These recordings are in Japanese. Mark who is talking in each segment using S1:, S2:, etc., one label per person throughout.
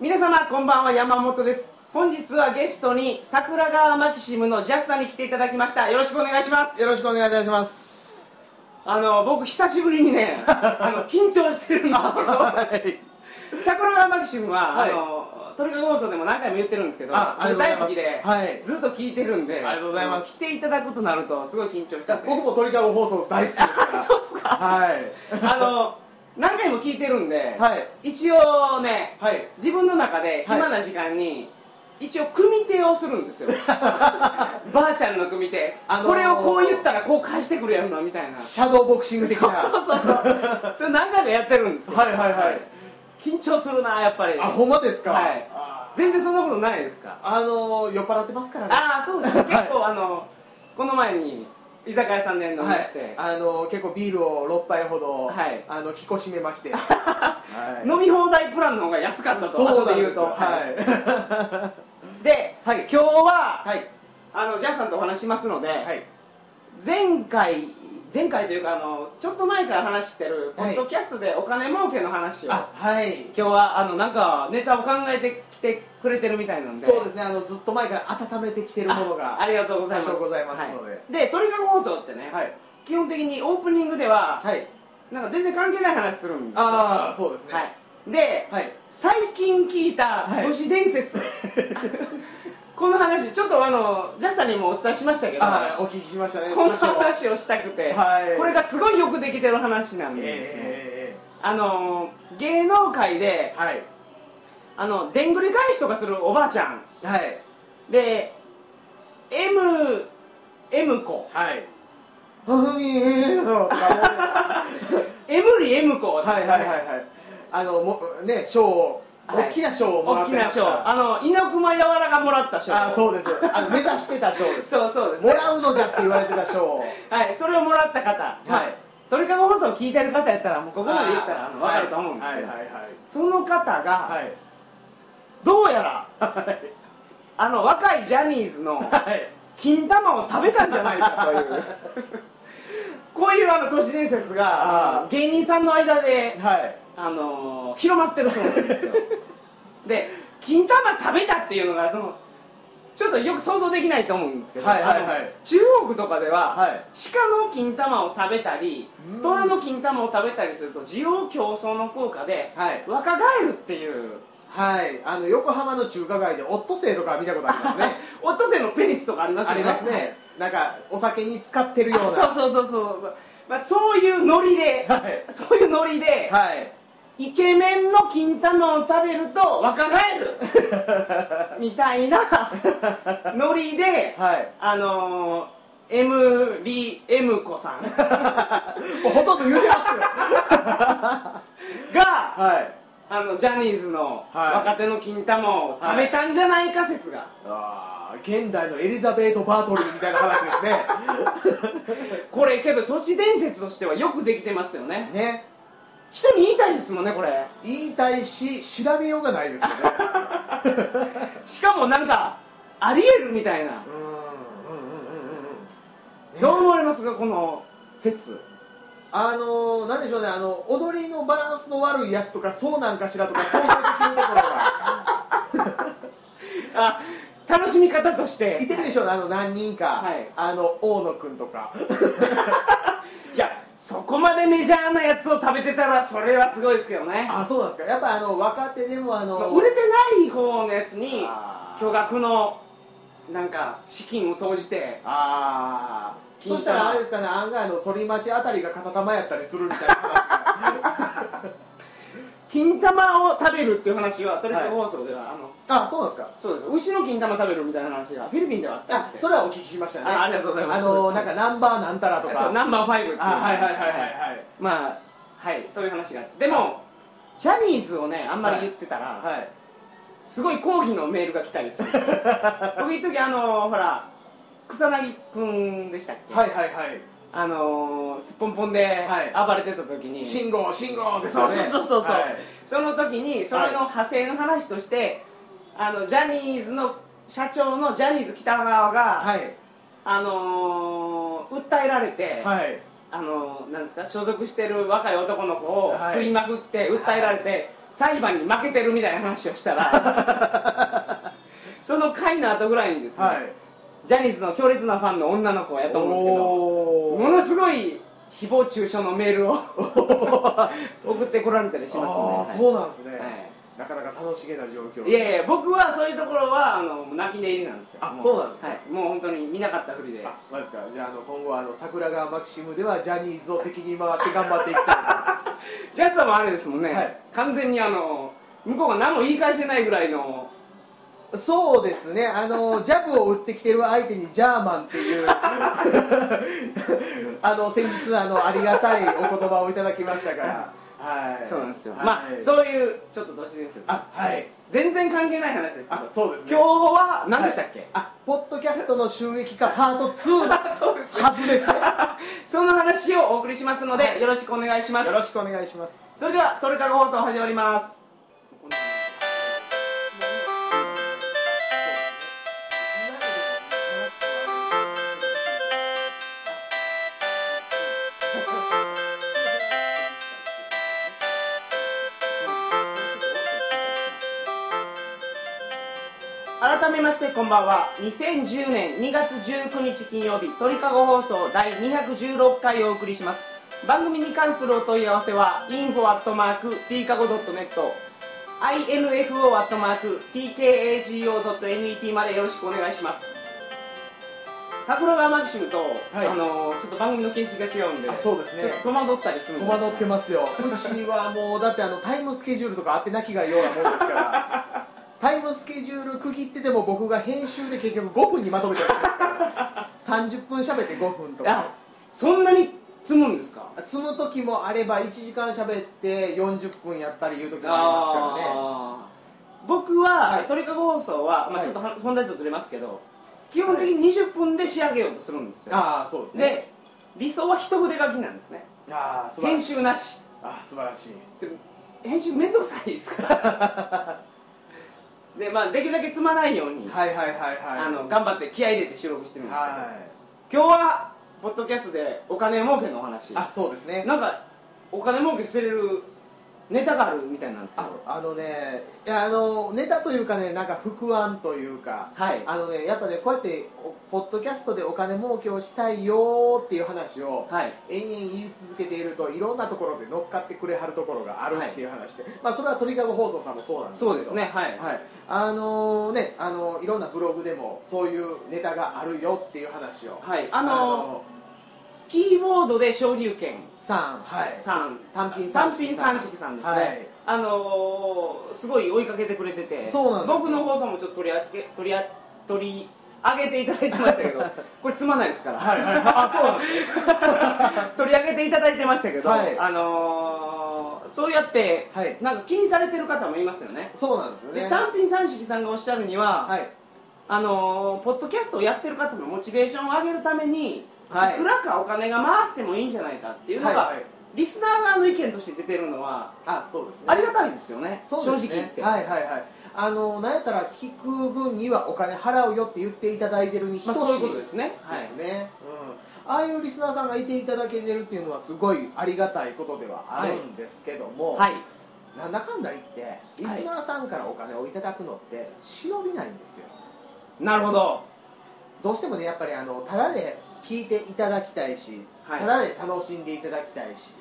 S1: 皆様こんばんは山本です本日はゲストに桜川マキシムのジャスさんに来ていただきましたよろしくお願いします
S2: よろしくお願いいたします。
S1: あの僕久しぶりに ねあの緊張してるんです
S2: はい。
S1: けど桜川マキシムは、
S2: はい
S1: あのトリカゴ放送でも何回も言ってるんですけど
S2: ああり
S1: 僕
S2: がと
S1: 大
S2: うござい
S1: 好きで、
S2: ますはい
S1: ずっと聞いてるんで
S2: ありがとうございます
S1: 来ていただくとなるとすごい緊張してて
S2: 僕も鳥かご放送大好きですから。
S1: そうっすか
S2: はい。
S1: あの何回も聞いてるんで、
S2: はい。
S1: 一応ね
S2: はい。
S1: 自分の中で暇な時間に、一応組手をするんです よばあちゃんの組手、
S2: あのー
S1: これをこう言ったらこう返してくるやろなみたいなそう
S2: シャドーボクシング的
S1: そう
S2: な。
S1: そう そうそれ何回かやってるんですよ
S2: はいはいはい
S1: 緊張するなやっぱり
S2: あ、ほんまですか。
S1: はい
S2: あー
S1: 全然そんなことないですか
S2: あのー酔っ払ってますからね。
S1: ああそうですね結構、あのこの前に居酒屋さんで飲みま
S2: はい
S1: して、。
S2: あのー結構ビールを六杯ほど、
S1: はい
S2: あの引っしめ まして。はい
S1: 飲み放題プランの方が安かったと
S2: そうなん
S1: 後で
S2: で
S1: 言う
S2: す
S1: と
S2: よ。は
S1: で、
S2: はい
S1: 今日は、
S2: い。はい。
S1: あのジャスさんとお話しますので、
S2: はい。
S1: 前回前回というかあのちょっと前から話してるポッドキャストでお金儲けの話を、
S2: あ、はい。
S1: 今日はあのなんかネタを考えてきてくれてるみたいなんで
S2: そうですすね。あのずっと前から温めてきてるものが。
S1: ありがとうございます
S2: 多少ございますので
S1: はい、でトリカゴ放送ってね、
S2: はい。
S1: 基本的にオープニングでは、
S2: はい。
S1: なんか全然関係ない話するんですよ
S2: ああ、そうですね。
S1: はい、で、
S2: はい。
S1: 最近聞いた
S2: はい
S1: 都市伝 説、この話ちょっとあのジャスさんにもお伝えしましたけど
S2: あーお聞きしましたね。
S1: この
S2: 話を
S1: 話をしたくて、
S2: はい
S1: これがすごいよくできてる話なんですね、
S2: え
S1: あのー芸能界で
S2: えはい。
S1: あのでんぐり返しとかするおばあちゃん
S2: はい。
S1: で M M 子
S2: はい。ふみえの。
S1: エムリエム子です
S2: は
S1: ね
S2: いはいはいはい。あの、も、ね、賞を、
S1: はい
S2: 大きな賞をもら
S1: 大
S2: っ
S1: き
S2: て
S1: な
S2: ました
S1: 賞あの猪熊やわらがもらった賞
S2: あ、そうです。あの、目指してた賞です。
S1: そうそうです
S2: も
S1: ね
S2: らうのじゃって言われてた賞を。
S1: はいそれをもらった方、まあ鳥かご放送を聞いてる方やったらもうここまで言ったらあの分かると思うんですけど、
S2: はいはいはい
S1: その方が、
S2: はい。はい。
S1: どうやら
S2: はい。
S1: あの若いジャニーズの
S2: はい。
S1: 金玉を食べたんじゃないかとい うこういうあの都市伝説
S2: あ
S1: が
S2: ー
S1: 芸人さんの間で、
S2: はい。
S1: あのー広まってるそうなん ですよで金玉食べたっていうのがそのちょっとよく想像できないと思うんですけど、
S2: はいはいはい
S1: あの中国とかでは、
S2: はい
S1: 鹿の金玉を食べたり
S2: うん
S1: 虎の金玉を食べたりすると需要競争の効果で
S2: はい。
S1: 若返るっていう
S2: はい。あの、横浜の中華街でオットセイとか見たことありますね。
S1: オットセイのペニスとかありますよ
S2: あ
S1: ね
S2: りますね。なんか、お酒に使ってるような。
S1: あそうそうそうそう、まあ、そういうノリ で
S2: はい。
S1: そういうノリで、
S2: はい。
S1: イケメンの金玉を食べると若返 るみたいなノリで
S2: はい。
S1: あのー、M リエム子 さん
S2: もうほとんど言うてますよ。
S1: が
S2: はい。
S1: あのジャニーズの
S2: はい
S1: 若手の金玉を食べたんじゃないか説が、
S2: ああ、現代のエリザベート・バートリーみたいな話ですね。
S1: これけど都市伝説としてはよくできてますよね
S2: ね。
S1: 人に言いたいですもんねこれ
S2: 言いたいし、調べようがないですよね。
S1: しかもなんかありえるみたいな
S2: う、ん、うん、うん、うん、うん。
S1: どう思われますかこの説
S2: あのー、なんでしょうね、あの、踊りのバランスの悪いやつとか、そうなんかしらとか、想像できるところが。
S1: あ楽しみ方として
S2: いてるでしょうね、あの、何人か。
S1: はい
S2: あの、大野くんとか。
S1: いやそこまでメジャーなやつを食べてたらそれはすごいですけどね、
S2: あ、そうなんですか。やっぱ、あの、若手でも、あ
S1: ま
S2: の
S1: あ、売れてない方のやつに
S2: あー
S1: 巨額のなんか資金を投じて
S2: ああ
S1: 金玉
S2: そしたらあれですかね案外あの反町あたりが片玉やったりするみたいな話が
S1: 金玉を食べるっていう話はトリカゴ放送では、 あの
S2: あそうなんですか
S1: そうです牛の金玉食べるみたいな話がフィリピンではあったりし
S2: あ
S1: て
S2: それはお聞きしましたね
S1: あありがとうございます
S2: あのなんかナンバーなんたらと
S1: そう
S2: か
S1: ナンバーファイブっていう
S2: あはいはいはいはいはい
S1: まあはいそういう話があってでもジャニーズをねあんまり言ってたら、
S2: はい
S1: すごい抗議のメールが来たりするんですよ僕一時あのほら草薙くんでしたっけ、
S2: はいはいはい
S1: あのー、すっぽんぽんで
S2: はい
S1: 暴れてた時に、
S2: 信号信号です
S1: そう
S2: よね
S1: そうそうそうそう、
S2: はい
S1: その時にそれの派生の話として、あのジャニーズの社長のジャニーズ北川が、
S2: はい
S1: あのー、訴えられて、
S2: はい
S1: あのー、なんですか所属してる若い男の子を
S2: はい
S1: 食いまくって訴えられて、裁判に負けてるみたいな話をしたら その回の後ぐらいにですね、
S2: はい
S1: ジャニーズの強烈なファンの女の子をやと思うんですけど
S2: お
S1: ものすごい誹謗中傷のメール を送ってこられたりし
S2: あ
S1: ま
S2: あ
S1: すね
S2: そうなんですね、
S1: はいはい
S2: なかなか楽しげな状況
S1: いやいや僕はそういうところはあの泣き寝入りなんですよ
S2: あ
S1: も
S2: そうなんですか
S1: はい、もう本当に見なかったふりで
S2: あマジですかじゃああの今後はあの桜川マキシムではジャニーズを敵に回して頑張っていきたい
S1: ジャスさんもあれですもんね、
S2: はい
S1: 完全にあの向こうが何も言い返せないぐらいの
S2: そうですねあ のジャブを打ってきてる相手にジャーマンっていう あの先日あのありがたいお言葉をいただきましたからはい
S1: そうなんですよ、
S2: はい
S1: まあそういうちょっと都市伝説
S2: あはい
S1: 全然関係ない話ですけど
S2: あそうですね
S1: 今日は何でしたっけ、
S2: あポッドキャストの収益化パート2の
S1: そうです
S2: はずですね
S1: その話をお送りしますので、
S2: はい
S1: よろしくお願いします
S2: よろしくお願いします
S1: それではトルカゴ放送始まります改めましてこんばんは2010年2月19日金曜日鳥かご放送第216回をお送りします番組に関するお問い合わせは info.tkago.net info.tkago.net までよろしくお願いします桜川マキシムと、
S2: はい
S1: あのーちょっと番組の形式が違うんで
S2: あそうですね
S1: ちょっと戸惑ったりするん
S2: 戸
S1: で
S2: 惑ってますようちはもうだってあのタイムスケジュールとかあってなきがようなもんですからタイムスケジュール区切ってても僕が編集で結局5分にまとめちゃうんですから30分喋って5分と
S1: あ
S2: か
S1: そんなに積むんですか
S2: 積む時もあれば1時間喋って40分やったりいう時もありますからね
S1: あー僕は、
S2: はい
S1: 鳥かご放送は、まあ、
S2: はい
S1: ちょっとは本題とずれますけど基本的に20分で仕上げようとするんですよ、
S2: ああそうですね
S1: で理想は一筆書きなんですね
S2: ああ素晴ら
S1: 編
S2: しい
S1: 集なし
S2: ああ素晴らしい
S1: でも編集面倒くさいですから でまあできるだけ積まないように、
S2: はいはいはいはい
S1: あの頑張って気合い入れて収録してるんですけど、
S2: は
S1: 今
S2: い
S1: 日はポッドキャストでお金儲けのお話
S2: あそうですね
S1: なんかお金儲けしてるネタがあるみたいなんですけ
S2: あ
S1: ど
S2: あのねいやあのネタというかねなんか副案というか
S1: はい
S2: あのねやっぱねこうやっておポッドキャストでお金儲けをしたいよーっていう話を
S1: はい
S2: 延々言い続けているといろんなところで乗っかってくれはるところがあるっていう話で、まあそれはトリガー放送さんもそうなんですけど
S1: そうですねはい、
S2: はいあのねあのいろんなブログでもそういうネタがあるよっていう話を
S1: はい、あのキーボードで昇竜拳
S2: さんはい
S1: さん
S2: 単品
S1: 三
S2: 三
S1: 品
S2: 色
S1: 三色さんですね、
S2: はい
S1: あのー、すごい追いかけてくれてて
S2: そうなんですよ
S1: 僕の放送もちょっと取り扱い取りあ取り上げていただいてました けどこれつまないですから、
S2: はいはいはいあそうなんですね
S1: 取り上げていただいてましたけど、
S2: はい
S1: あのー、そうやって、
S2: はい
S1: なんか気にされてる方もいますよね
S2: そうなんですよね
S1: で単品三色さんがおっしゃるには、
S2: はい
S1: あのー、ポッドキャストをやってる方のモチベーションを上げるために、
S2: はい
S1: いくらかお金が回ってもいいんじゃないかっていうのが、
S2: はいはい
S1: リスナー側の意見として出てるのは
S2: あそうですね
S1: ありがたいですよね
S2: そうです
S1: 正直言って、
S2: はいはいはいあのなんやったら聞く分にはお金払うよって言っていただいてるに等
S1: まあ、
S2: し
S1: そ
S2: い、
S1: ういうことですねはい
S2: ですねうん、ああいうリスナーさんがいていただけてるっていうのはすごいありがたいことではあるんですけども、
S1: はい
S2: なんだかんだ言ってリスナーさんからお金をいただくのって忍びないんですよ
S1: なるほど
S2: どうしてもねやっぱりあのただで聞いていただきたいし、
S1: はい
S2: ただで楽しんでいただきたいし、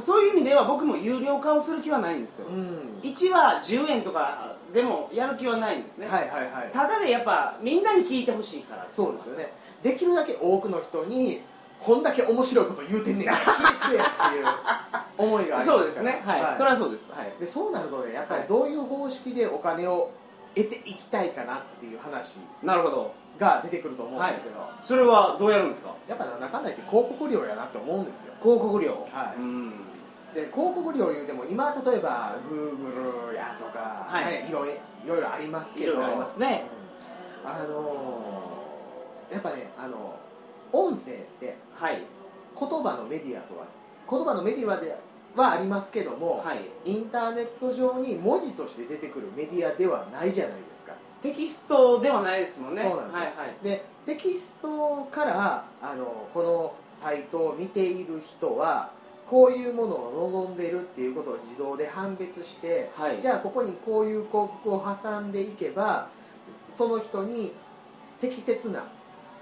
S1: そういう意味では僕も有料化をする気はないんですよ、
S2: うん
S1: 1は10円とかでもやる気はないんですね、
S2: はいはいはい
S1: ただでやっぱみんなに聞いてほしいから
S2: そうですよねできるだけ多くの人にこんだけ面白いこと言うてんねや聞いてやっていう思いがありますか
S1: そ
S2: ら
S1: うですねはい、それはそうですはい
S2: でそうなるとねやっぱ
S1: は
S2: り
S1: い
S2: どういう方式でお金を得ていきたいかなっていう話
S1: なるほど
S2: が出てくると思うんですけど、
S1: それはどうやるんですか
S2: やっぱなんだかんだ言って広告料やなって思うんですよ
S1: 広告料
S2: はい
S1: うん
S2: で広告料言うても今例えば Google やとか、
S1: はい
S2: ねいろいいろいろあります
S1: い
S2: けど
S1: ろいろありますね
S2: うんあのーやっぱねあの音声って
S1: はい
S2: 言葉のメディアとは言葉のメディアではありますけども、
S1: はい
S2: インターネット上に文字として出てくるメディアではないじゃないですか
S1: テキストではないですもんね
S2: そうなんですよ
S1: はいはい
S2: でテキストからあのこのサイトを見ている人はこういうものを望んでるっていうことを自動で判別して
S1: はい
S2: じゃあここにこういう広告を挟んでいけばその人に適切な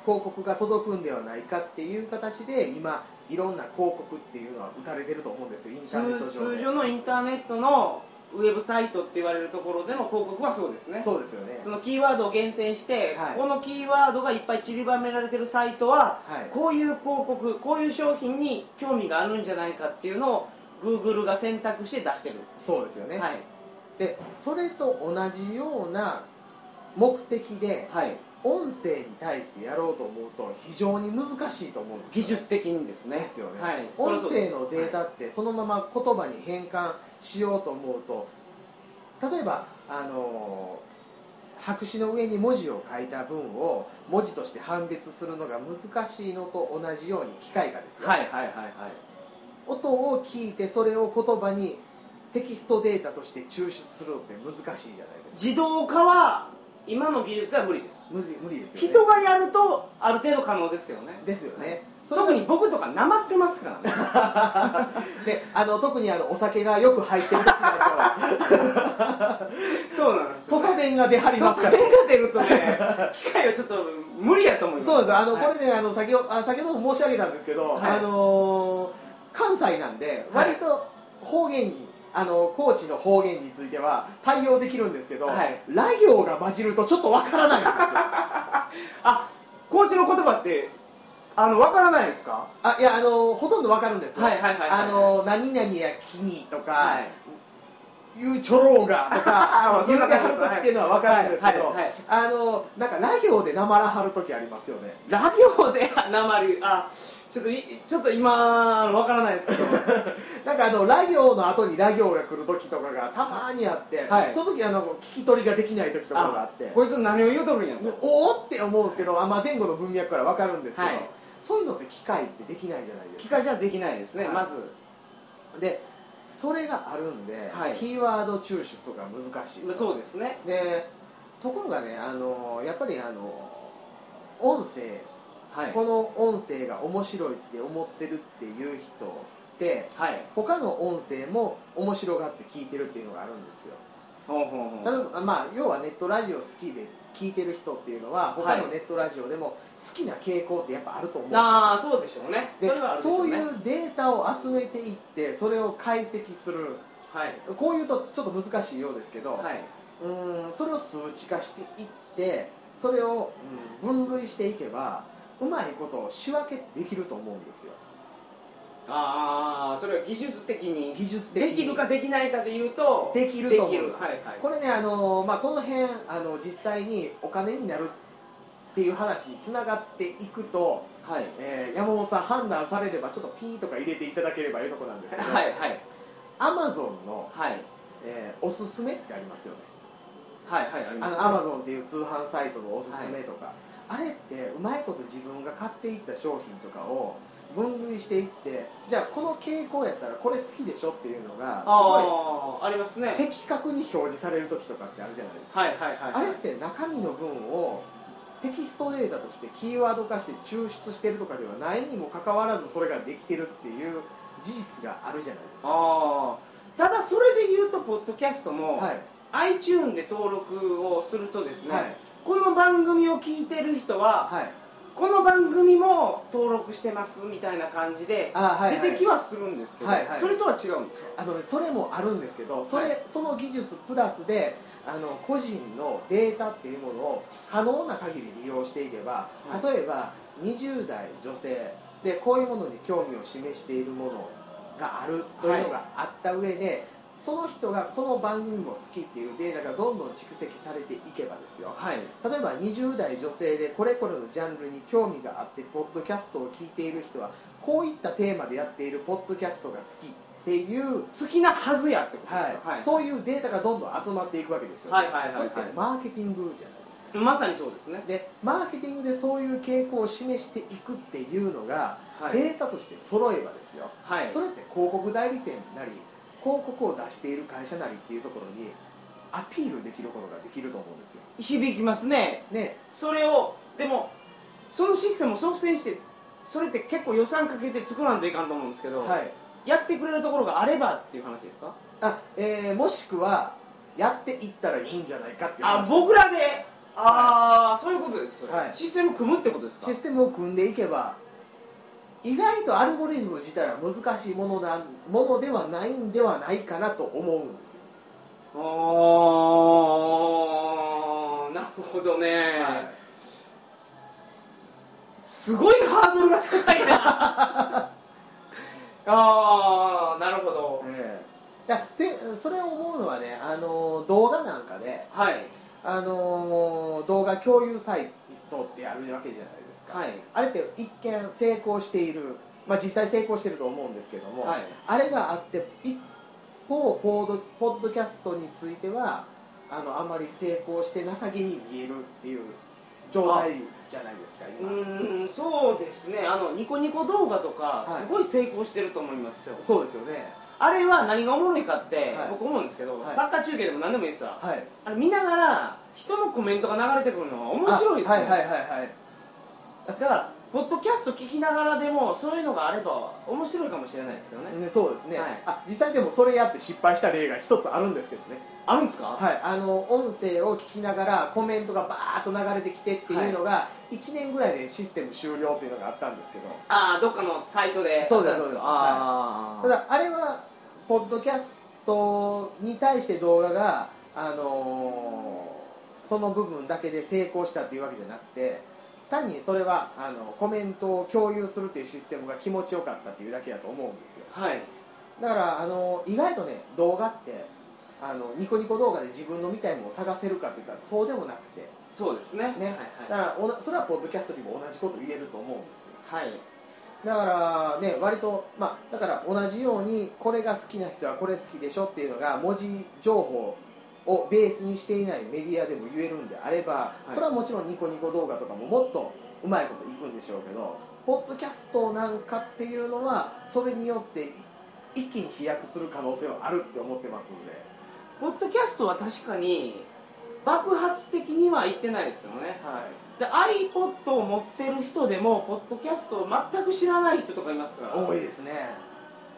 S2: 広告が届くんではないかっていう形で今いろんな広告っていうのは打たれてると思うんですよインターネット
S1: 通
S2: 上で
S1: 通常のインターネットのウェブサイトって言われるところでの広告はそうですね
S2: そうですよね
S1: そのキーワードを厳選して、
S2: はい
S1: このキーワードがいっぱい散りばめられてるサイトは
S2: はい
S1: こういう広告こういう商品に興味があるんじゃないかっていうのを Google が選択して出してる、
S2: そうですよね、
S1: はい
S2: でそれと同じような目的で
S1: はい
S2: 音声に対してやろうと思うと非常に難しいと思うんで
S1: 技
S2: すよね
S1: 術的にですね
S2: ですよね、
S1: はい、
S2: 音
S1: それは
S2: 声
S1: そう
S2: の
S1: で
S2: デ
S1: す
S2: ータってそのまま言葉に変換しようと思うと例えばあのー白紙の上に文字を書いた文を文字として判別するのが難しいのと同じように機械がですね、
S1: はいはいはいはい
S2: 音を聞いてそれを言葉にテキストデータとして抽出するのって難しいじゃないですか
S1: 自動化は今の技術では無理です
S2: 無理無理ですよね
S1: 人がやるとある程度可能ですけどね
S2: ですよねそれが
S1: 特に僕とかなまってますからね
S2: であの特にあのお酒がよく入ってる時なんか は
S1: そうなんです
S2: 土佐弁が出張り
S1: 土
S2: ますか
S1: 佐
S2: ら
S1: 弁が出る とね機械はちょっと無理やと思います
S2: そうなんですあの、
S1: はい
S2: これねあの先ほどあ先ほども申し上げたんですけど、
S1: はい
S2: あのー関西なんで
S1: はい
S2: 割と方言に、あの高知の方言については対応できるんですけど、
S1: はい
S2: ラ行が混じるとちょっとわからない んですよ
S1: あコーチの言葉ってあのわからないですか
S2: あいやあのーほとんどわかるんですよ、
S1: はいはいはいはい
S2: あのー何々やきにとか、
S1: はい
S2: 言うちょろうがと
S1: あー
S2: か
S1: そ
S2: 言
S1: う
S2: う
S1: なん
S2: て
S1: です
S2: はる時っていうのはわかるんですけど、
S1: はいはいはい
S2: あのーなんかラ行でなまらはる時ありますよね
S1: ラ行でなまるあちょっといちょっと今わからないです けど
S2: なんかあのラ行の後にラ行が来る時とかがたまにあって、
S1: はい
S2: その時あの聞き取りができない時とかがあって
S1: こいつ何を言うとるんやと
S2: おおって思うんですけどあ、まあ、前後の文脈から分かるんですけど、
S1: はい
S2: そういうのって機械ってできないじゃないです
S1: 機
S2: か
S1: 械じゃできないですね、
S2: はい
S1: まず
S2: でそれがあるんで、
S1: はい
S2: キーワード抽出とか難しい
S1: そうですね
S2: でところがねあのやっぱりあの音声、
S1: はい
S2: この音声が面白いって思ってるっていう人って
S1: はい
S2: 他の音声も面白がって聞いてるっていうのがあるんですよ
S1: ほうほうほう
S2: 例えばまあ要はネットラジオ好きで聞いてる人っていうのは他のネットラジオでも好きな傾向ってやっぱあると思う、
S1: ああそうでしょうね
S2: で
S1: それはあるでしょ
S2: そう
S1: うね
S2: いうデータを集めていってそれを解析する
S1: はい
S2: こういうとちょっと難しいようですけど、
S1: はいう
S2: ーんそれを数値化していってそれをうん分類していけばうまいことを仕分けできると思うんですよ
S1: ああそれは技術的に
S2: 技術的に
S1: できるかできないかでいうと
S2: できると思うん
S1: でき
S2: で
S1: る
S2: す
S1: はいはい
S2: これねあの、まあ、この辺あの実際にお金になるっていう話につながっていくと、
S1: はい
S2: えー山本さん判断されればちょっとピーとか入れていただければいいとこなんですけど、
S1: はいはい
S2: アマゾンの、
S1: はい
S2: えーおすすめってありますよね
S1: はいはいあり
S2: あ
S1: ます
S2: のアマゾンっていう通販サイトのおすすめとか、あれってうまいこと自分が買っていった商品とかを分類していってじゃあこの傾向やったらこれ好きでしょっていうのがす
S1: ああありますね
S2: ごい的確に表示される時とかってあるじゃないですか
S1: はいはいはい
S2: あれって中身の文をテキストデータとしてキーワード化して抽出してるとかではないにもかかわらずそれができてるっていう事実があるじゃないですか
S1: ああただそれで言うとポッドキャストも、
S2: はい、
S1: iTune で登録をするとですね、
S2: はい
S1: この番組を聞いてる人は、
S2: はい
S1: この番組も登録してますみたいな感じで
S2: あはいはい
S1: 出てきはするんですけど、
S2: はいはい
S1: それとは違うんですか
S2: あのねそれもあるんですけどそれ、
S1: は
S2: その技術プラスであの個人のデータっていうものを可能な限り利用していけば
S1: はい
S2: 例えば20代女性でこういうものに興味を示しているものがあるというのがあった上で、その人がこの番組も好きっていうデータがどんどん蓄積されていけばですよ
S1: はい
S2: 例えば20代女性でこれこれのジャンルに興味があってポッドキャストを聞いている人はこういったテーマでやっているポッドキャストが好きっていう
S1: 好きなはずやってことです
S2: はい
S1: か、
S2: そういうデータがどんどん集まっていくわけですよね、
S1: はいはいはいはい
S2: それってマーケティングじゃないですか
S1: まさにそうですね、
S2: でマーケティングでそういう傾向を示していくっていうのが、
S1: はい
S2: データとして揃えばですよ、
S1: はい、
S2: それって広告代理店なり広告を出している会社なりっていうところにアピールできることができると思うんですよ
S1: 響きますね
S2: ね
S1: それをでもそのシステムを率先してそれって結構予算かけて作らんといかんと思うんですけど、
S2: はい
S1: やってくれるところがあればっていう話ですか
S2: あ、えーもしくはやっていったらいいんじゃないかっていう
S1: あ
S2: 話
S1: 僕らでああ、そういうことです、それ
S2: はい
S1: システム組むってことですか
S2: システムを組んでいけば意外とアルゴリズム自体は難しいものなんものではないんではないかなと思うんですよ
S1: あーなるほどね、
S2: はい
S1: すごいハードルが高いな ああなるほど、
S2: ええいやてそれを思うのはねあの動画なんかで
S1: はい
S2: あの動画共有サイトってあるわけじゃないですか、
S1: はい
S2: あれって一見成功している、まあ、実際成功してると思うんですけども、
S1: はい
S2: あれがあって一方ポードポッドキャストについてはあのあまり成功して情けに見えるっていう状態じゃないですか
S1: う
S2: 今、
S1: ーんそうですねあのニコニコ動画とか
S2: はい
S1: すごい成功してると思いますよ、
S2: そうですよね
S1: あれは何がおもろいかって
S2: はい
S1: 僕思うんですけど、
S2: はい
S1: サッカー中継でも何でもいいですわ、
S2: はい
S1: あれ見ながら人のコメントが流れてくるのは面白いですよ、
S2: あはいはいはいはい
S1: だからポッドキャスト聞きながらでもそういうのがあれば面白いかもしれないですけどね、
S2: ね、そうですね、
S1: はい
S2: あ実際でもそれやって失敗した例が一つあるんですけどね、
S1: あるんですか、
S2: はい、あの音声を聞きながらコメントがバーッと流れてきてっていうのが1年ぐらいでシステム終了っていうのがあったんですけど
S1: ああどっかのサイトで
S2: そうです
S1: あったん
S2: そうです
S1: あ
S2: ただあれはポッドキャストに対して動画が、あのーその部分だけで成功したっていうわけじゃなくて単にそれはあのコメントを共有するっていうシステムが気持ちよかったっていうだけだと思うんですよ
S1: ーはい
S2: だからあの意外とね動画ってあのニコニコ動画で自分の見たいものを探せるかって言ったらそうでもなくて
S1: そうですね
S2: ね、だか
S1: はい
S2: らおなそれはポッドキャストにも同じこと言えると思うんですよ
S1: はい、はい
S2: だからね割とまあだから同じようにこれが好きな人はこれ好きでしょっていうのが文字情報をベースにしていないメディアでも言えるんであれば、
S1: はい
S2: それはもちろんニコニコ動画とかももっとうまいこといくんでしょうけどポッドキャストなんかっていうのはそれによってい一気に飛躍する可能性はあるって思ってますんで
S1: ポッドキャストは確かに爆発的には言ってないですよね
S2: は
S1: で iPod を持ってる人でもポッドキャストを全く知らない人とかいますから
S2: い多いですね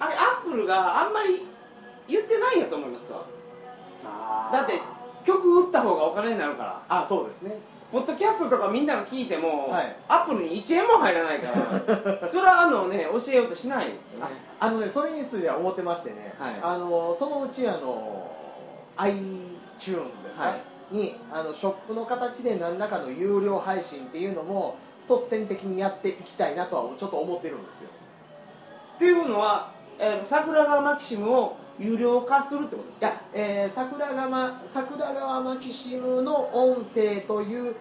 S1: あれアップルがあんまり言ってないんやと思いますわー
S2: だって
S1: 曲打った方がお金になるから
S2: あそうですね
S1: ポッドキャストとかみんなが聞いても、
S2: はい
S1: アップルに1円も入らないから それはあのね教えようとしないですよね
S2: あのね、それについては思ってましてね、
S1: はい
S2: あのそのうちあの iTunes ですね、
S1: はい
S2: にあのショップの形で何らかの有料配信っていうのも率先的にやっていきたいなとはちょっと思ってるんですよ。
S1: っていうのは、えー桜川マキシムを有料化するってことです
S2: いや、えー桜川桜川マキシムの音声という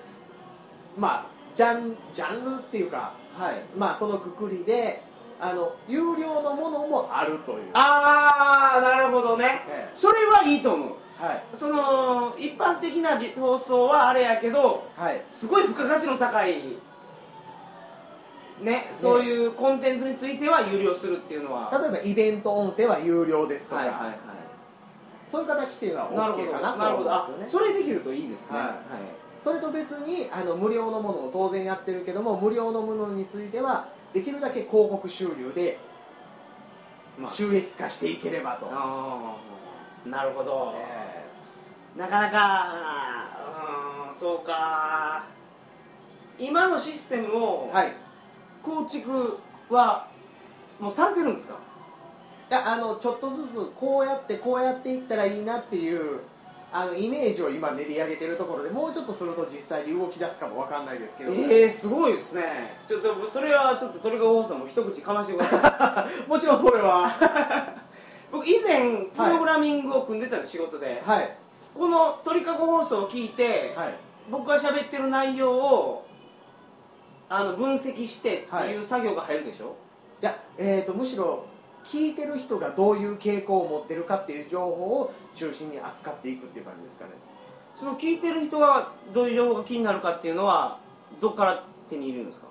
S2: まあジャンジャンルっていうか、
S1: はい
S2: まあそのくくりであの有料のものもあるという。
S1: ああなるほどね
S2: え
S1: それはいいと思う
S2: えはい
S1: その一般的な放送はあれやけど
S2: はい。
S1: すごい付加価値の高いねそういうコンテンツについては有料するっていうのは
S2: 例えばイベント音声は有料ですとか、
S1: はいはいはい
S2: そういう形っていうのは
S1: なるほ
S2: OK
S1: ど
S2: か
S1: なる
S2: なと
S1: ほ
S2: 思
S1: どあ
S2: うんですよね
S1: それできるといいですね
S2: はいそれと別にあの無料のものを当然やってるけども無料のものについてはできるだけ広告収入で
S1: まあ
S2: 収益化していければと、
S1: あーなるほど、
S2: え
S1: なかなかうーんそうか今のシステム
S2: え
S1: を
S2: はいい
S1: 構築はもうされてるんですか
S2: やあのちょっとずつこうやってこうやっていったらいいなっていうあのイメージを今練り上げてるところでもうちょっとすると実際に動き出すかもわかんないですけど、
S1: ええー、すごいですねちょっとそれはちょっとトリガー放送も一口かましてください
S2: もちろんそれは
S1: 僕以前プログラミングを組んでた仕事で、
S2: はい
S1: この鳥かご放送を聞いて、
S2: はい
S1: 僕が喋ってる内容をあの分析してっていう作業が入るでしょ、
S2: いや、えー、とむしろ聞いてる人がどういう傾向を持ってるかっていう情報を中心に扱っていくっていう感じですかね
S1: その聞いてる人がどういう情報が気になるかっていうのはどっから手に入れるんですか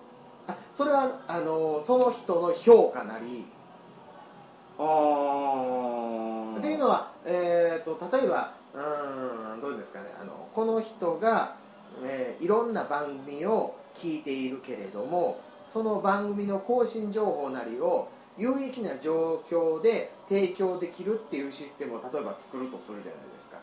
S2: あそれはあのその人の評価なり、
S1: ああ
S2: っていうのは、えー、と例えばうーんどうですかねあのこの人が、えーいろんな番組を聞いているけれどもその番組の更新情報なりを、有益な状況で提供できるっていうシステムを例えば作るとするじゃないですか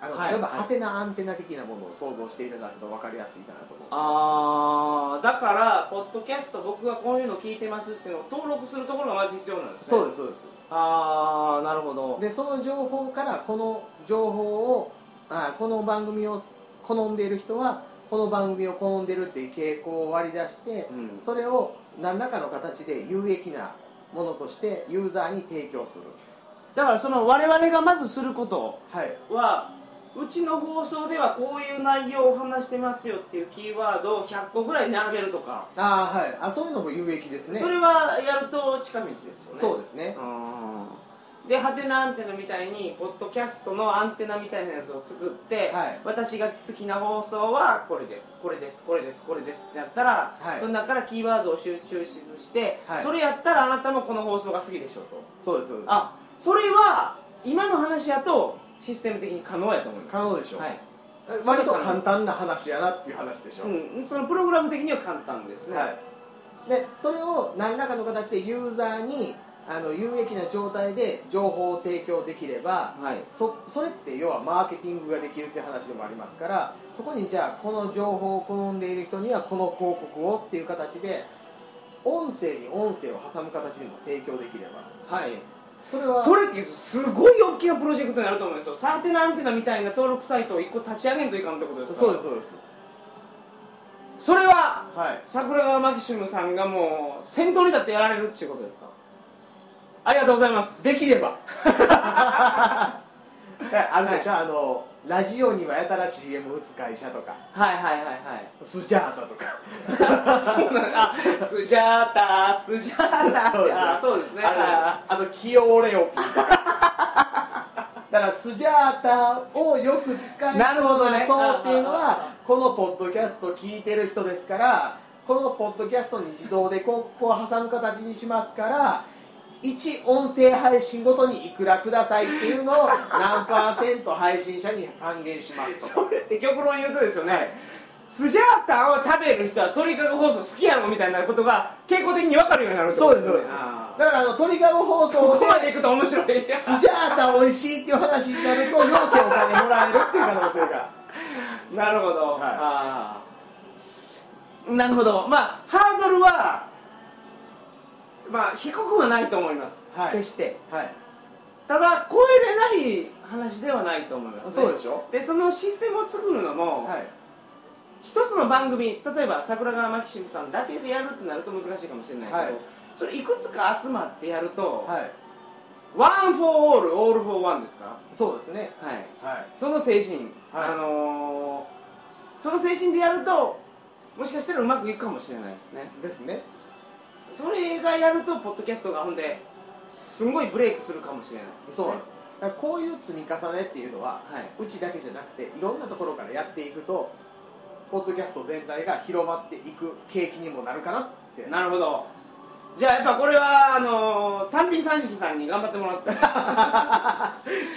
S2: あの、
S1: はい
S2: 例えば
S1: はい
S2: ハテナアンテナ的なものを想像していただくと分かりやすいかなと思うんですけど
S1: あーだからポッドキャスト僕がこういうの聞いてますっていうのを登録するところがまず必要なんですね
S2: そうですすそうです
S1: ああなるほど
S2: でその情報からこの情報をあこの番組を好んでいる人はこの番組を好んでるっていう傾向を割り出して
S1: うん
S2: それを何らかの形で有益なものとしてユーザーに提供する
S1: だからその我々がまずすること
S2: はい
S1: はうちの放送ではこういう内容を話してますよっていうキーワードを100個ぐらい並べるとか、
S2: ああはいあそういうのも有益ですね
S1: それはやると近道ですよね
S2: そうですね
S1: うんでハテナアンテナみたいにポッドキャストのアンテナみたいなやつを作って、
S2: はい
S1: 私が好きな放送はこれですこれですこれですこれですってやったら、
S2: はい
S1: その中からキーワードを集中して、
S2: はい
S1: それやったらあなたもこの放送が好きでしょうと
S2: そうですそうです
S1: あそれは今の話やとシステム的に可能やと思います
S2: 可能でしょ、
S1: はい
S2: 割と簡単な話やなっていう話でしょ、
S1: うん、そのプログラム的には簡単ですね、
S2: はい、でそれを何らかの形でユーザーにあの有益な状態で情報を提供できれば
S1: はい
S2: そそれって要はマーケティングができるって話でもありますからそこにじゃあこの情報を好んでいる人にはこの広告をっていう形で音声に音声を挟む形でも提供できれば
S1: はい、
S2: それは
S1: それってすごい大きなプロジェクトになると思うんですよサーテナアンテナみたいな登録サイトを1個立ち上げんといかんってことですか
S2: そうですそうです
S1: それは
S2: はい
S1: 桜川マキシムさんがもう先頭に立ってやられるっていうことですかありがとうございます
S2: できれ ばあるでしょ、あのラジオにはやたら CM 打つ会社とか
S1: はいはいはいはい
S2: スジャータとか
S1: そうなんあスジャータスジャータってあそうですね
S2: あのあのキオレオピーとかだからスジャータをよく使いそう
S1: なるほど
S2: な
S1: ね
S2: 層っていうの
S1: あああ
S2: はこのポッドキャスト聞いてる人ですからこのポッドキャストに自動で広告を挟む形にしますから1音声配信ごとにいくらくださいっていうのを何パーセント配信者に還元しま すと
S1: それって極論言うとですよね、スジャータンを食べる人は鳥かご放送好きやろみたいなことが傾向的に分かるようになるってこ
S2: そう
S1: と
S2: ですそうですだ
S1: あ
S2: か
S1: ー
S2: らあの鳥かご放
S1: そ
S2: 送
S1: こ
S2: で
S1: までいくと面白 い
S2: スジャータ美味しいっていう話になると要件お金もらえるっていう可能性が。
S1: なるほど、
S2: い
S1: あーなるほどまあハードルはまあ低くはないと思います、
S2: はい
S1: 決して
S2: はい
S1: ただ超えれない話ではないと思います、ね、
S2: そうでしょ
S1: でそのシステムを作るのも、
S2: はい、
S1: 一つの番組例えば桜川マキシムさんだけでやるってなると難しいかもしれないけど、
S2: はい
S1: それいくつか集まってやると、
S2: はい、
S1: ワン・フォー・オールオール・フォー・ワンですか
S2: そうですね、
S1: はい
S2: は
S1: その精神、
S2: はい
S1: あのーその精神でやるともしかしたらうまくいくかもしれないですね
S2: い、ですね、
S1: それがやるとポッドキャストがほんですんごいブレイクするかもしれない
S2: そうなんです、だからこういう積み重ねっていうのは、
S1: はいう
S2: ちだけじゃなくて、いろんなところからやっていくと、ポッドキャスト全体が広まっていく景気にもなるかなって、
S1: なるほどじゃあやっぱこれはあのー、単品三色さんに頑張ってもら って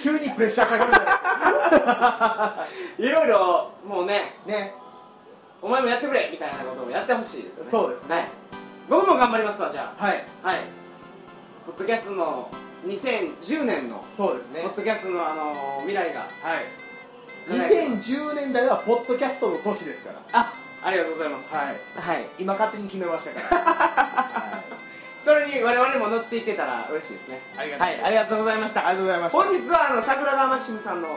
S2: 急にプレッシャーかかるじゃないですか、
S1: いろいろもうね
S2: ね、
S1: お前もやってくれみたいなことをやってほしいですね
S2: そうですね
S1: はい、僕も頑張りますわじゃ
S2: はい、
S1: あはいポッドキャストの2010年の
S2: そうですね
S1: ポッ、ドキャストの、あのー未来が
S2: はい、
S1: 輝いて
S2: 2010年代はポッドキャストの年ですから、
S1: あありがとうございます
S2: はい、
S1: はい、
S2: 今、勝手に決めましたから、はい
S1: それに我々も乗っていけたら嬉しいですね
S2: ありがとうご
S1: は
S2: ざいます
S1: いありがとうございまし
S2: あり
S1: た
S2: がとうございました。
S1: 本日はあの桜川マキシムさんの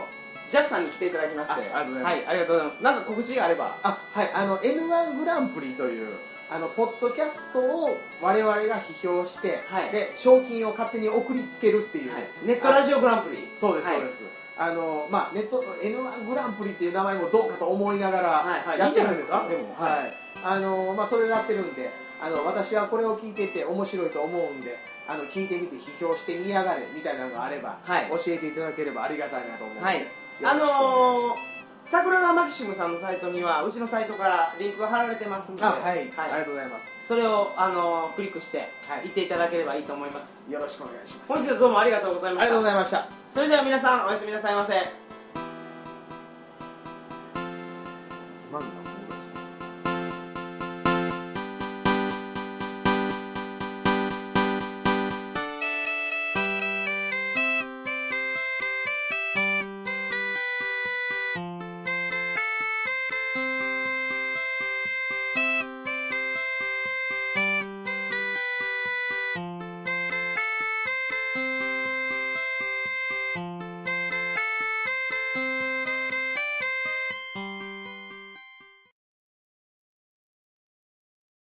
S1: ジャスさんに来ていただきまして
S2: あありがとうございます
S1: はい、ありがとうございますなんか告知があれば
S2: あはいあの N1 グランプリというあのポッドキャストを我々が批評して、
S1: はい
S2: で賞金を勝手に送りつけるっていう、
S1: ネットラジオグランプリ
S2: そうです
S1: はい
S2: そうです、あのまあネット N1 グランプリっていう名前もどうかと思いなが
S1: はいは
S2: ら
S1: い
S2: やってるんですけど、
S1: いいんじゃないですかでも
S2: はい、
S1: は
S2: あのまあそれをやってるんであの私はこれを聞いてて面白いと思うんであの聞いてみて批評してみやがれみたいなのがあれば、
S1: はい
S2: 教えていただければありがたいなと思うんで、
S1: はい
S2: よろし
S1: あ
S2: くお願いします
S1: のー、桜川マキシムさんのサイトにはうちのサイトからリンクが貼られてますので、
S2: あはい、ありがとうございます
S1: それを、あのークリックして
S2: はい
S1: 行っていただければいいと思います、
S2: よろしくお願いします
S1: 本日はどうもありがとうござい
S2: あり
S1: ま
S2: が
S1: し
S2: とうご
S1: た
S2: ざいました
S1: それでは皆さんおやすみなさいませ
S2: 今のなんか